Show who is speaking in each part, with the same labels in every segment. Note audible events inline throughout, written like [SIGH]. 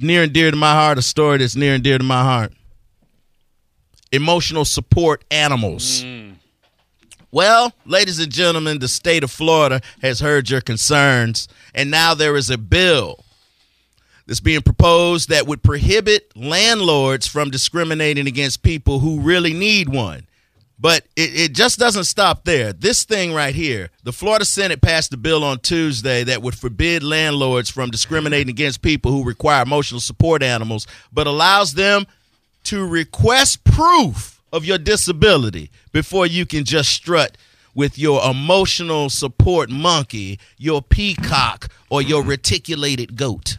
Speaker 1: near and dear to my heart, a story that's near and dear to my heart. Emotional support animals. Well, ladies and gentlemen, the state of Florida has heard your concerns, and now there is a bill that's being proposed that would prohibit landlords from discriminating against people who really need one. But it, it just doesn't stop there. This thing right here, the Florida Senate passed a bill on Tuesday that would forbid landlords from discriminating against people who require emotional support animals, but allows them to request proof of your disability before you can just strut with your emotional support monkey, your peacock, or your reticulated goat.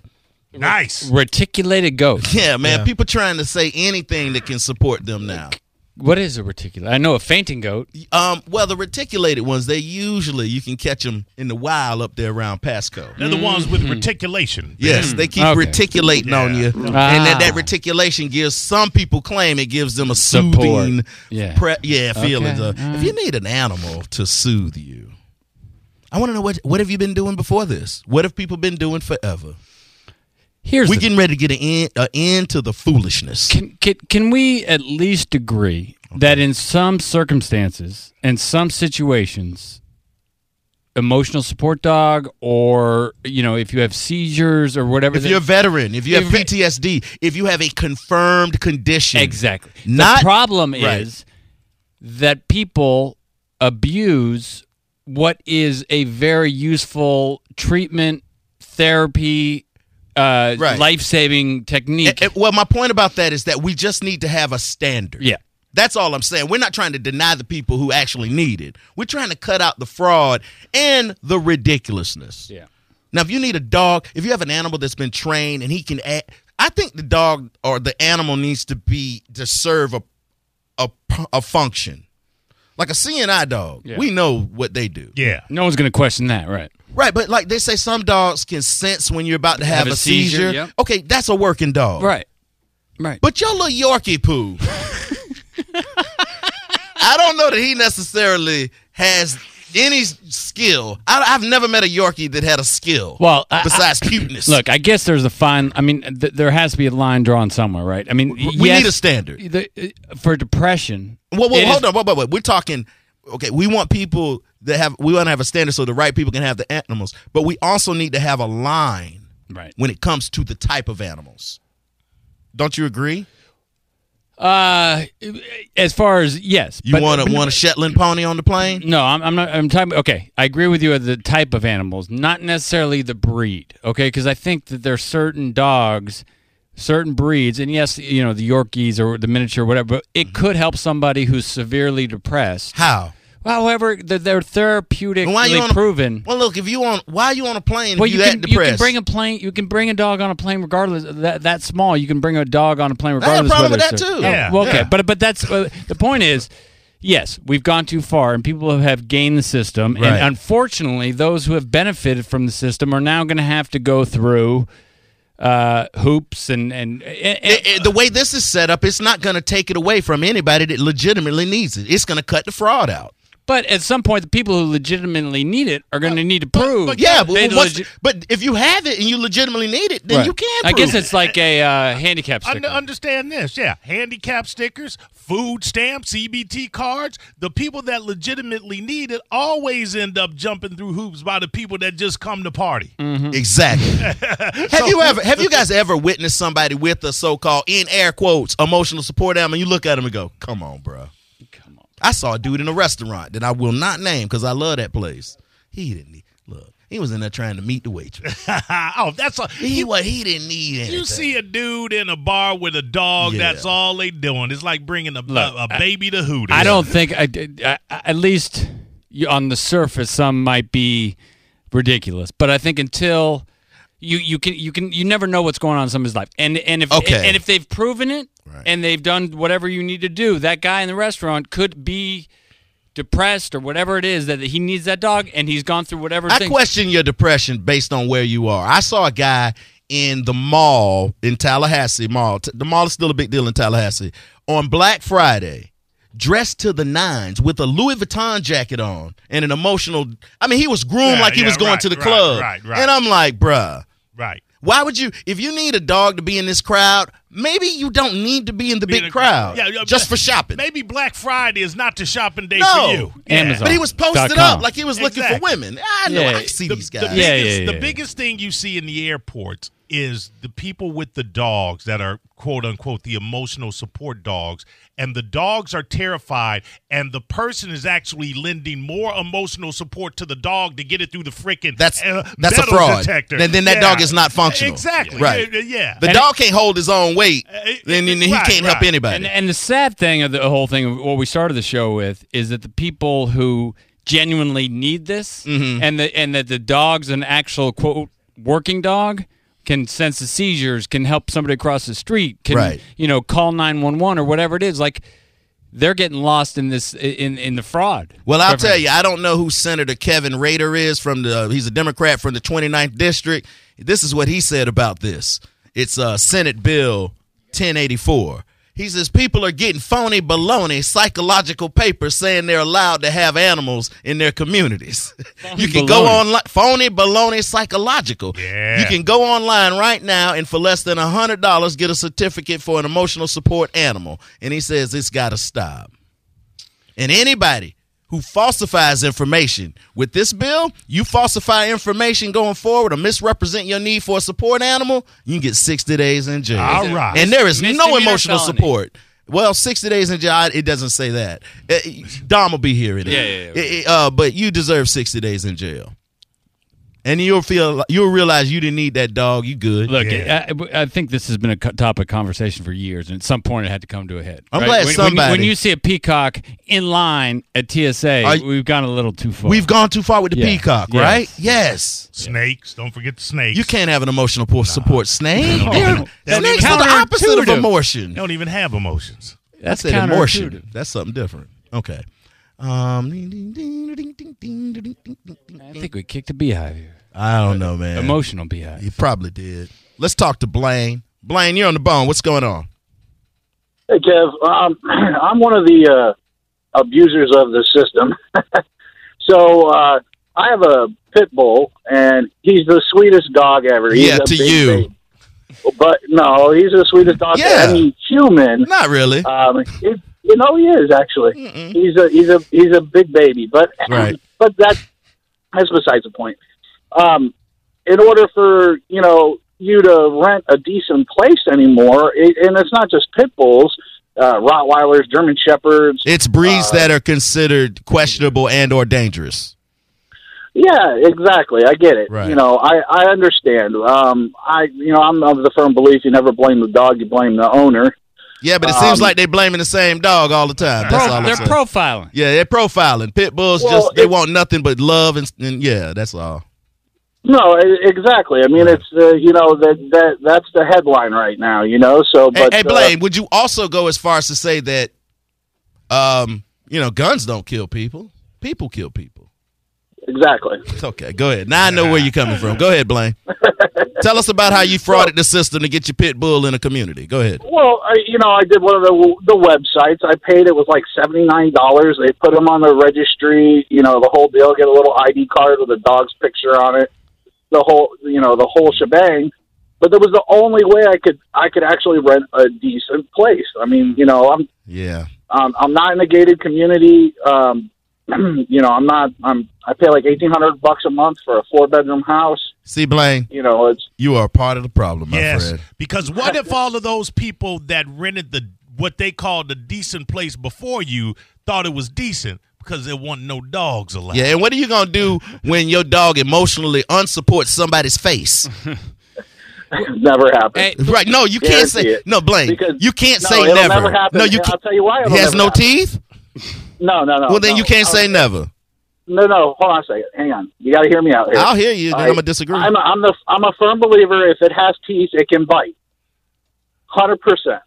Speaker 2: Nice.
Speaker 3: Reticulated goat.
Speaker 1: Yeah, man. People trying to say anything that can support them now.
Speaker 3: What is a reticulated? I know a fainting goat.
Speaker 1: Um, well, the reticulated ones, they usually you can catch them in the wild up there around Pasco.
Speaker 2: They're the
Speaker 3: Mm-hmm.
Speaker 2: ones with reticulation.
Speaker 1: Yes, they keep
Speaker 3: Mm. Okay.
Speaker 1: reticulating on you, and that, that reticulation gives some people claim it gives them a soothing,
Speaker 3: Support. Yeah.
Speaker 1: pre- yeah, feelings.
Speaker 3: Okay.
Speaker 1: Of, if you need an animal to soothe you, I want to know what what have you been doing before this? What have people been doing forever?
Speaker 3: Here's
Speaker 1: We're
Speaker 3: the-
Speaker 1: getting ready to get an end, an end to the foolishness.
Speaker 3: can, can can we at least agree that in some circumstances and some situations emotional support dog or you know if you have seizures or whatever
Speaker 1: If
Speaker 3: that-
Speaker 1: you're a veteran, if you have
Speaker 3: If-
Speaker 1: PTSD, if you have a confirmed condition,
Speaker 3: exactly
Speaker 1: Not-
Speaker 3: the problem
Speaker 1: Right.
Speaker 3: is that people abuse what is a very useful treatment therapy uh,
Speaker 1: Right.
Speaker 3: life-saving technique
Speaker 1: Eh, eh, well, my point about that is that we just need to have a standard.
Speaker 3: yeah
Speaker 1: That's all I'm saying. We're not trying to deny the people who actually need it. We're trying to cut out the fraud and the ridiculousness.
Speaker 3: yeah
Speaker 1: Now, if you need a dog, if you have an animal that's been trained and he can act, I think the dog or the animal needs to be to serve a a, a function. Like a CNI dog,
Speaker 3: Yeah.
Speaker 1: we know what they do.
Speaker 2: Yeah.
Speaker 3: no one's gonna question that right
Speaker 1: Right, but like they say some dogs can sense when you're about to have, a, seizure.
Speaker 3: yep.
Speaker 1: Okay, that's a working dog.
Speaker 3: right right
Speaker 1: But your little Yorkie poo. [LAUGHS] I don't know that he necessarily has any skill. I, I've never met a Yorkie that had a skill.
Speaker 3: Well, I- [CLEARS THROAT]
Speaker 1: besides cuteness.
Speaker 3: Look, I guess there's a fine. I mean, th- there has to be a line drawn somewhere, right? I mean,
Speaker 1: we need a standard.
Speaker 3: The, uh, for depression.
Speaker 1: Well, well
Speaker 3: it
Speaker 1: hold
Speaker 3: is-
Speaker 1: on, wait, wait, wait. We're talking. Okay, we want people that have. We want to have a standard so the right people can have the animals, but we also need to have a line
Speaker 3: Right.
Speaker 1: when it comes to the type of animals. Don't you agree?
Speaker 3: Uh, as far as yes,
Speaker 1: You
Speaker 3: but-
Speaker 1: want
Speaker 3: but-
Speaker 1: to want a Shetland pony on the plane?
Speaker 3: No, I'm, I'm not. I'm talking. Okay, I agree with you on the type of animals, not necessarily the breed. Okay, because I think that there's certain dogs, certain breeds, and yes, you know the Yorkies or the miniature, whatever. But
Speaker 1: Mm-hmm.
Speaker 3: it could help somebody who's severely depressed.
Speaker 1: How?
Speaker 3: However, they're, they're therapeutically
Speaker 1: Why you on a-
Speaker 3: proven.
Speaker 1: Well, look, if you on, why are you on a plane?
Speaker 3: Well,
Speaker 1: if
Speaker 3: you,
Speaker 1: you,
Speaker 3: can
Speaker 1: that
Speaker 3: you can
Speaker 1: depressed?
Speaker 3: bring a plane. You can bring a dog on a plane regardless. That that small, you can bring a dog on a plane
Speaker 1: I got a
Speaker 3: regardless.
Speaker 1: problem with
Speaker 3: whether
Speaker 1: that
Speaker 3: it's
Speaker 1: too.
Speaker 3: a-
Speaker 2: Yeah.
Speaker 3: Well, okay, but but that's uh, the point is, yes, we've gone too far, and people have gained the system,
Speaker 1: Right.
Speaker 3: and unfortunately, those who have benefited from the system are now going to have to go through uh, hoops and and, and,
Speaker 1: It- it- the way this is set up, it's not going to take it away from anybody that legitimately needs it. It's going to cut the fraud out.
Speaker 3: but at some point, the people who legitimately need it are going to need to prove.
Speaker 1: But yeah, but,
Speaker 3: they
Speaker 1: but what's-
Speaker 3: legi-
Speaker 1: but if you have it and you legitimately need it, then
Speaker 3: Right.
Speaker 1: you can.
Speaker 3: I
Speaker 1: prove
Speaker 3: guess
Speaker 1: it.
Speaker 3: it's like a uh, handicap
Speaker 2: Un-
Speaker 3: sticker.
Speaker 2: understand this, yeah. Handicap stickers, food stamps, EBT cards. The people that legitimately need it always end up jumping through hoops by the people that just come to party.
Speaker 3: Mm.
Speaker 1: Mm-hmm. exactly. have you ever? Have you guys ever witnessed somebody with a so-called in air quotes emotional support animal? You look at them and go, "Come on, bro."
Speaker 3: Come on.
Speaker 1: I saw a dude in a restaurant that I will not name because I love that place. He didn't need, look. He was in there trying to meet the waitress.
Speaker 2: [LAUGHS] oh, that's a.
Speaker 1: He what he didn't need anything.
Speaker 2: You see a dude in a bar with a dog.
Speaker 1: Yeah.
Speaker 2: That's all they doing. It's like bringing a,
Speaker 3: Look,
Speaker 2: a, a baby to Hooters.
Speaker 3: I don't think I, did- I, I- at least you, on the surface some might be ridiculous, but I think until you you can you can you never know what's going on in somebody's life, and and if
Speaker 1: Okay.
Speaker 3: and, if they've proven it
Speaker 1: Right.
Speaker 3: and they've done whatever you need to do, that guy in the restaurant could be depressed or whatever it is that he needs that dog, and he's gone through whatever.
Speaker 1: I
Speaker 3: thing.
Speaker 1: question your depression based on where you are. I saw a guy in the mall in Tallahassee Mall. T- The mall is still a big deal in Tallahassee. On Black Friday, dressed to the nines with a Louis Vuitton jacket on and an emotional. I mean, he was groomed
Speaker 2: Yeah,
Speaker 1: like he
Speaker 2: yeah,
Speaker 1: was going
Speaker 2: right,
Speaker 1: to the
Speaker 2: right,
Speaker 1: club.
Speaker 2: right, right.
Speaker 1: And I'm like, bruh,
Speaker 2: Right.
Speaker 1: Why would you? If you need a dog to be in this crowd, maybe you don't need to be in the
Speaker 2: Be in
Speaker 1: big
Speaker 2: a-
Speaker 1: crowd.
Speaker 2: Yeah, yeah,
Speaker 1: just for
Speaker 2: but-
Speaker 1: shopping.
Speaker 2: Maybe Black Friday is not the shopping day
Speaker 1: No.
Speaker 2: for you.
Speaker 3: Amazon.
Speaker 1: But he was posted
Speaker 3: Dot com.
Speaker 1: up like he was looking for
Speaker 2: Exactly.
Speaker 1: women. I know.
Speaker 3: Yeah.
Speaker 1: I see these
Speaker 2: the
Speaker 1: guys.
Speaker 3: Yeah,
Speaker 2: biggest,
Speaker 3: yeah,
Speaker 2: the
Speaker 3: yeah.
Speaker 2: biggest thing you see in the airports is the people with the dogs that are quote unquote the emotional support dogs and the dogs are terrified and the person is actually lending more emotional support to the dog to get it through the freaking
Speaker 1: That's-
Speaker 2: uh,
Speaker 1: that's a
Speaker 2: metal
Speaker 1: fraud.
Speaker 2: detector
Speaker 1: Then- then that dog is not functional.
Speaker 2: exactly
Speaker 1: Right.
Speaker 2: yeah, yeah.
Speaker 1: The dog can't hold his own weight,
Speaker 2: it-
Speaker 1: then
Speaker 2: it-
Speaker 1: then he
Speaker 2: Uh, right,
Speaker 1: can't help
Speaker 2: right.
Speaker 1: anybody.
Speaker 3: And, and the sad thing of the whole thing, of what we started the show with, is that the people who genuinely need this,
Speaker 1: Mm-hmm.
Speaker 3: and the and that the dog's an actual quote working dog can sense the seizures, can help somebody across the street, can
Speaker 1: Right.
Speaker 3: you know call nine one one or whatever it is. Like they're getting lost in this in in the fraud.
Speaker 1: Well, I'll tell you, I don't know who Senator Kevin Rader is from the. uh, He's a Democrat from the 29th district. This is what he said about this. It's uh, Senate Bill 1084. He says people are getting phony baloney psychological papers saying they're allowed to have animals in their communities. [LAUGHS] you can go
Speaker 3: baloney.
Speaker 1: online, phony baloney psychological.
Speaker 2: Yeah.
Speaker 1: You can go online right now and for less than hundred dollars get a certificate for an emotional support animal. And he says it's got to stop. And anybody who falsifies information with this bill, you falsify information going forward or misrepresent your need for a support animal, you can get 60 days in jail.
Speaker 2: All right.
Speaker 1: And there is no
Speaker 3: Misdemeanor
Speaker 1: emotional
Speaker 3: felony.
Speaker 1: support. Well, 60 days in jail, it doesn't say that. Uh, Dom will be here in it.
Speaker 3: Yeah, yeah, yeah.
Speaker 1: It- it, uh, but you deserve 60 days in jail. And you'll feel you'll realize you didn't need that dog. You good.
Speaker 3: Look,
Speaker 2: Yeah.
Speaker 3: I, I think this has been a co- topic of conversation for years, and at some point it had to come to a head.
Speaker 1: I'm glad
Speaker 3: When- when,
Speaker 1: somebody-
Speaker 3: When, you see a peacock in line at TSA,
Speaker 1: Are you-
Speaker 3: we've gone a little too far.
Speaker 1: We've gone too far with the
Speaker 3: Yeah.
Speaker 1: peacock,
Speaker 3: Yes.
Speaker 1: right? Yes.
Speaker 2: snakes don't forget the snakes
Speaker 1: You can't have an emotional po- support
Speaker 3: [LAUGHS]
Speaker 1: snake.
Speaker 3: Oh,
Speaker 1: They're-
Speaker 2: That's
Speaker 1: Snakes are the opposite of
Speaker 3: counterintuitive.
Speaker 2: they
Speaker 1: emotion.
Speaker 2: don't even have emotions
Speaker 3: That's
Speaker 1: I said emotion.
Speaker 3: counterintuitive.
Speaker 1: That's something different. Okay. Um, ding, ding, ding, ding, ding, ding, ding, ding, ding, ding.
Speaker 3: I think we kicked a beehive here.
Speaker 1: I don't know, man.
Speaker 3: Emotional beehive.
Speaker 1: You probably did. Let's talk to Blaine. Blaine, you're on the bone. What's going on?
Speaker 4: Hey, Kev. Um, I'm [CLEARS THROAT] one of the uh, abusers of the system. [LAUGHS] so uh, I have a pit bull, and he's the sweetest dog ever. He's
Speaker 1: Yeah,
Speaker 4: a
Speaker 1: to
Speaker 4: big
Speaker 1: you.
Speaker 4: baby. But no, he's the sweetest dog
Speaker 1: Yeah.
Speaker 4: to any human.
Speaker 1: Not really.
Speaker 4: Um, it, you know, he is actually. He's a he's a he's a big baby, but
Speaker 1: Right.
Speaker 4: [LAUGHS] but that's that's besides the point. Um, in order for you know you to rent a decent place anymore, it, and it's not just pit bulls, uh, Rottweilers, German shepherds.
Speaker 1: It's breeds that are considered questionable and or dangerous.
Speaker 4: Yeah, exactly. I get it.
Speaker 1: Right.
Speaker 4: You know, I I understand. Um, I you know I'm of the firm belief you never blame the dog, you blame the owner.
Speaker 1: Yeah, but it seems
Speaker 4: Um,
Speaker 1: like they're blaming the same dog all the time. That's
Speaker 3: Pro-
Speaker 1: all I'm
Speaker 3: they're
Speaker 1: saying.
Speaker 3: profiling.
Speaker 1: yeah, they're profiling. Pit bulls
Speaker 4: Well,
Speaker 1: just they
Speaker 4: it-
Speaker 1: want nothing but love and, and yeah, that's all.
Speaker 4: No, e- exactly. I mean,
Speaker 1: Right.
Speaker 4: it's uh, you know that that that's the headline right now. You know, so
Speaker 1: Hey,
Speaker 4: but
Speaker 1: hey
Speaker 4: uh,
Speaker 1: Blaine, would you also go as far as to say that, um, you know, guns don't kill people; people kill people.
Speaker 4: exactly.
Speaker 1: Okay, go ahead. Now I know where you're coming from. Go ahead,
Speaker 4: [LAUGHS]
Speaker 1: Blaine. Tell us about how you frauded the system to get your pit bull in a community. Go ahead.
Speaker 4: Well, I, you know, I did one of the the websites. I paid it was like seventy nine dollars. They put them on the registry. You know, the whole deal. Get a little ID card with a dog's picture on it. The whole you know the whole shebang. But that was the only way I could I could actually rent a decent place. I mean, you know, I'm
Speaker 1: Yeah,
Speaker 4: Um, I'm not in a gated community. Um, [CLEARS THROAT] you know, I'm not. I'm. I pay like eighteen hundred bucks a month for a four bedroom house.
Speaker 1: see, Blaine,
Speaker 4: You know, it's [LAUGHS]
Speaker 1: you are part of the problem, my
Speaker 2: yes,
Speaker 1: friend.
Speaker 2: because what if all of those people that rented the what they called the decent place before you thought it was decent because there wasn't no dogs allowed?
Speaker 1: Yeah, and what are you gonna do when your dog emotionally unsupports somebody's face?
Speaker 4: never happened.
Speaker 1: [LAUGHS]
Speaker 3: Hey,
Speaker 1: Right? No, you can't say
Speaker 4: Guarantee it.
Speaker 1: no, Blaine.
Speaker 4: Because-
Speaker 1: you can't
Speaker 4: no,
Speaker 1: say
Speaker 4: it'll
Speaker 1: never.
Speaker 4: never happen.
Speaker 1: No, you.
Speaker 4: And
Speaker 1: ca-
Speaker 4: I'll tell you why. It'll
Speaker 1: He has
Speaker 4: never
Speaker 1: no
Speaker 4: happen.
Speaker 1: teeth.
Speaker 4: No, no, no.
Speaker 1: Well, then
Speaker 4: no.
Speaker 1: you can't
Speaker 4: I'll-
Speaker 1: say never.
Speaker 4: No, no. Hold on a second. Hang on. You got to hear me out here.
Speaker 1: I'll hear you. Then
Speaker 4: All
Speaker 1: I'm
Speaker 4: right.
Speaker 1: gonna disagree.
Speaker 4: I'm a, I'm the I'm a firm believer. If it has teeth, it can bite. Hundred percent.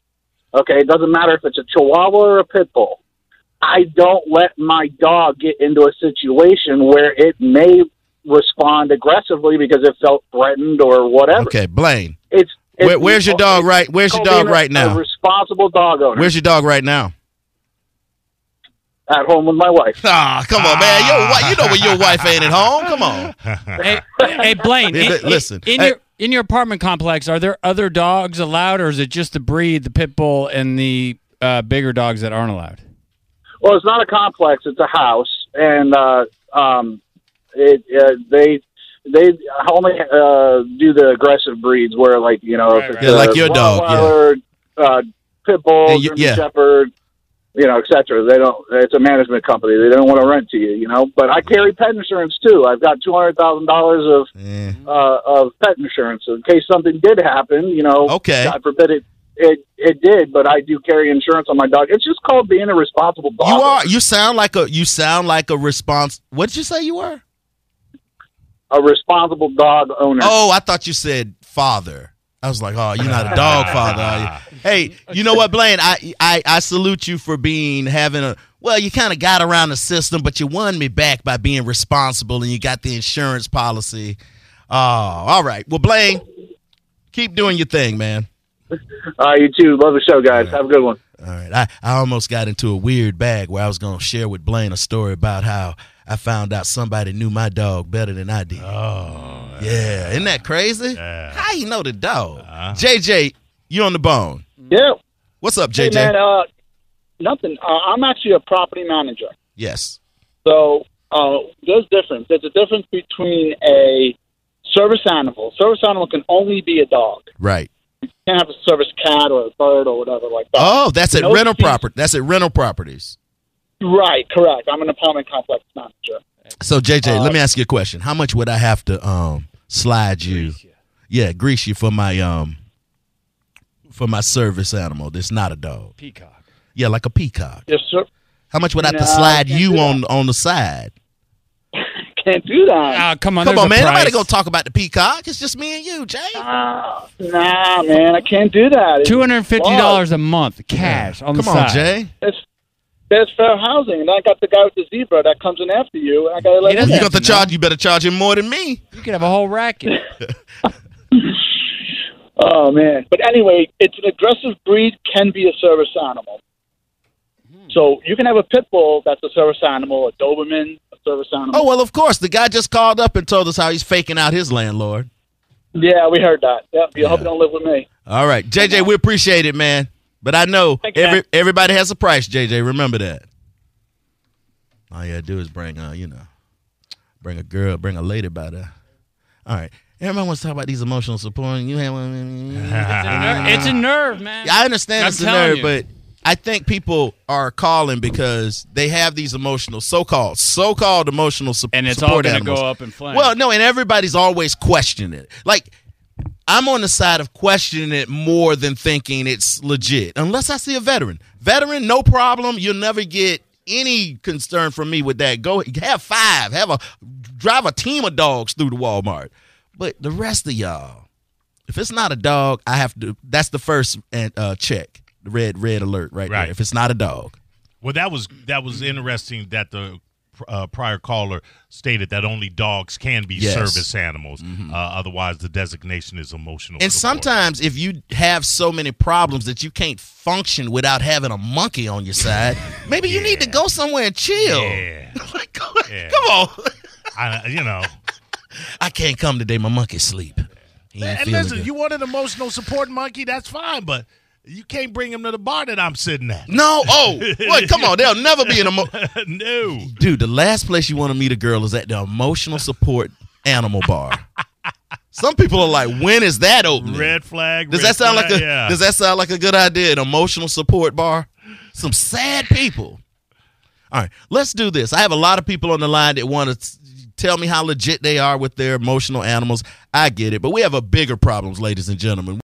Speaker 4: Okay, it doesn't matter if it's a Chihuahua or a pit bull. I don't let my dog get into a situation where it may respond aggressively because it felt threatened or whatever.
Speaker 1: Okay, Blaine.
Speaker 4: It's, it's
Speaker 1: Where, where's your dog right? Where's your
Speaker 4: called
Speaker 1: dog
Speaker 4: being a-
Speaker 1: right
Speaker 4: A
Speaker 1: now?
Speaker 4: responsible dog owner
Speaker 1: Where's your dog right now?
Speaker 4: at home with my wife.
Speaker 1: Ah, come on, man. [LAUGHS] Your wife, you know when your wife ain't at home. Come on.
Speaker 3: hey, hey, Blaine.
Speaker 1: Hey,
Speaker 3: in-
Speaker 1: li- listen.
Speaker 3: in,
Speaker 1: Hey,
Speaker 3: your In your apartment complex, are there other dogs allowed, or is it just the breed, the pit bull, and the uh, bigger dogs that aren't allowed?
Speaker 4: Well, it's not a complex; it's a house, and uh, um, it, uh, they they only uh, do the aggressive breeds where, like you know, if it's
Speaker 1: Yeah,
Speaker 4: a
Speaker 1: like your dog, yeah.
Speaker 4: Rottweiler, uh, pit bull,
Speaker 1: Yeah, you-
Speaker 4: German
Speaker 1: yeah.
Speaker 4: shepherd, you know, etc. They don't. It's a management company; they don't want to rent to you, you know. But I carry pet insurance too. I've got two hundred thousand dollars of
Speaker 1: Eh.
Speaker 4: uh, of pet insurance in case something did happen. You know,
Speaker 1: Okay.
Speaker 4: God forbid it. It it did, but I do carry insurance on my dog. It's just called being a responsible dog.
Speaker 1: You are. You sound like a. You sound like a response. What did you say you were?
Speaker 4: a responsible dog owner.
Speaker 1: Oh, I thought you said father. I was like, oh, you're not a dog father, are you? Hey, you know what, Blaine? I, I I salute you for being having a. Well, you kind of got around the system, but you won me back by being responsible, and you got the insurance policy. Oh, all right. Well, Blaine, keep doing your thing, man.
Speaker 4: Uh, you too. Love the show, guys. Have a good one.
Speaker 1: All right. I, I almost got into a weird bag where I was going to share with Blaine a story about how I found out somebody knew my dog better than I did.
Speaker 2: Oh,
Speaker 1: yeah. Isn't that crazy?
Speaker 2: Yeah. Uh-huh.
Speaker 1: How you know the dog? JJ, you on the bone.
Speaker 5: Yeah.
Speaker 1: What's up,
Speaker 5: Hey,
Speaker 1: JJ?
Speaker 5: man, uh, nothing. Uh, I'm actually a property manager.
Speaker 1: yes.
Speaker 5: So uh, there's difference. There's a difference between a service animal. Service animal can only be a dog.
Speaker 1: Right.
Speaker 5: You can't have a service cat or a bird or whatever like that.
Speaker 1: Oh, that's at
Speaker 5: No
Speaker 1: rental
Speaker 5: cheese.
Speaker 1: property. That's at rental properties.
Speaker 5: Right, correct. I'm an apartment complex manager.
Speaker 1: So JJ,
Speaker 5: Uh,
Speaker 1: let me ask you a question. How much would I have to um slide you? Yeah, grease you for my um for my service animal. That's not a dog.
Speaker 3: Peacock.
Speaker 1: Yeah, like a peacock.
Speaker 5: Yes, sir.
Speaker 1: How much would I have to
Speaker 5: No, I
Speaker 1: slide
Speaker 5: can't
Speaker 1: you
Speaker 5: do that.
Speaker 1: on on the side?
Speaker 5: Can't do that.
Speaker 3: Ah, come on,
Speaker 1: Come
Speaker 3: there's
Speaker 1: on,
Speaker 3: a
Speaker 1: man. Nobody
Speaker 3: price.
Speaker 1: gonna talk about the peacock. It's just me and you, Jay.
Speaker 5: Ah, nah, man, I can't do that. It's-
Speaker 3: Two hundred and fifty dollars a month cash on the
Speaker 1: Come on,
Speaker 3: side.
Speaker 1: Jay.
Speaker 5: It's, there's fair housing, and I got the guy with the zebra that comes in after you, and I got to let
Speaker 3: He
Speaker 5: him
Speaker 1: You
Speaker 3: doesn't-
Speaker 5: in.
Speaker 1: got to charge. You better charge him more than me.
Speaker 3: You could have a whole racket.
Speaker 5: Oh man! But anyway, it's an aggressive breed. Can be a service animal. So you can have a pit bull that's a service animal, a Doberman, a service animal.
Speaker 1: Oh well, of course. The guy just called up and told us how he's faking out his landlord.
Speaker 5: yeah, we heard that. Yep. You hope you
Speaker 1: Yeah.
Speaker 5: don't live with me.
Speaker 1: All right, JJ, we appreciate it, man. But I know
Speaker 5: Thanks,
Speaker 1: every
Speaker 5: man.
Speaker 1: everybody has a price. JJ, remember that. All you gotta do is bring, uh, you know, bring a girl, bring a lady by there. All right, everyone wants to talk about these emotional support. and You have
Speaker 3: [LAUGHS]
Speaker 1: one.
Speaker 3: it's
Speaker 1: Ah.
Speaker 3: a nerve, man.
Speaker 1: I understand
Speaker 3: I'm
Speaker 1: it's a
Speaker 3: telling
Speaker 1: nerve,
Speaker 3: you.
Speaker 1: but I think people are calling because they have these emotional, so-called, so-called emotional support.
Speaker 3: and it's all
Speaker 1: going to
Speaker 3: go up in flames.
Speaker 1: Well, no, and everybody's always questioning it. Like, I'm on the side of questioning it more than thinking it's legit, unless I see a veteran. Veteran, no problem. You'll never get any concern from me with that. Go have five, have a drive a team of dogs through the Walmart. But the rest of y'all, if it's not a dog, I have to. That's the first uh, check. The red red alert right,
Speaker 2: Right.
Speaker 1: there. If it's not a dog,
Speaker 2: Well, that was that was interesting that the uh, prior caller stated that only dogs can be
Speaker 1: Yes. Mm-hmm.
Speaker 2: service animals. Uh, otherwise, the designation is emotional.
Speaker 1: And
Speaker 2: support.
Speaker 1: sometimes if you have so many problems that you can't function without having a monkey on your
Speaker 2: [LAUGHS]
Speaker 1: side, maybe you need to go somewhere and chill.
Speaker 2: yeah,
Speaker 1: [LAUGHS] Like, go-
Speaker 2: Yeah.
Speaker 1: Come on.
Speaker 2: I, you know,
Speaker 1: [LAUGHS] I can't come today. My monkey's sleep. He ain't
Speaker 2: and
Speaker 1: feeling
Speaker 2: listen,
Speaker 1: good.
Speaker 2: you want an emotional support monkey, that's fine, but you can't bring him to the bar that I'm sitting at. [LAUGHS]
Speaker 1: no. Oh, wait, come on. There'll never be an emo-
Speaker 2: no,
Speaker 1: Dude, the last place you want to meet a girl is at the emotional support animal bar. Some people are like, when is that opening?
Speaker 2: red flag.
Speaker 1: Does
Speaker 2: red
Speaker 1: that sound
Speaker 2: flag,
Speaker 1: like a
Speaker 2: Yeah.
Speaker 1: Does that sound like a good idea? An emotional support bar. Some sad people. All right, let's do this. I have a lot of people on the line that want to tell me how legit they are with their emotional animals. I get it, but we have a bigger problems, ladies and gentlemen.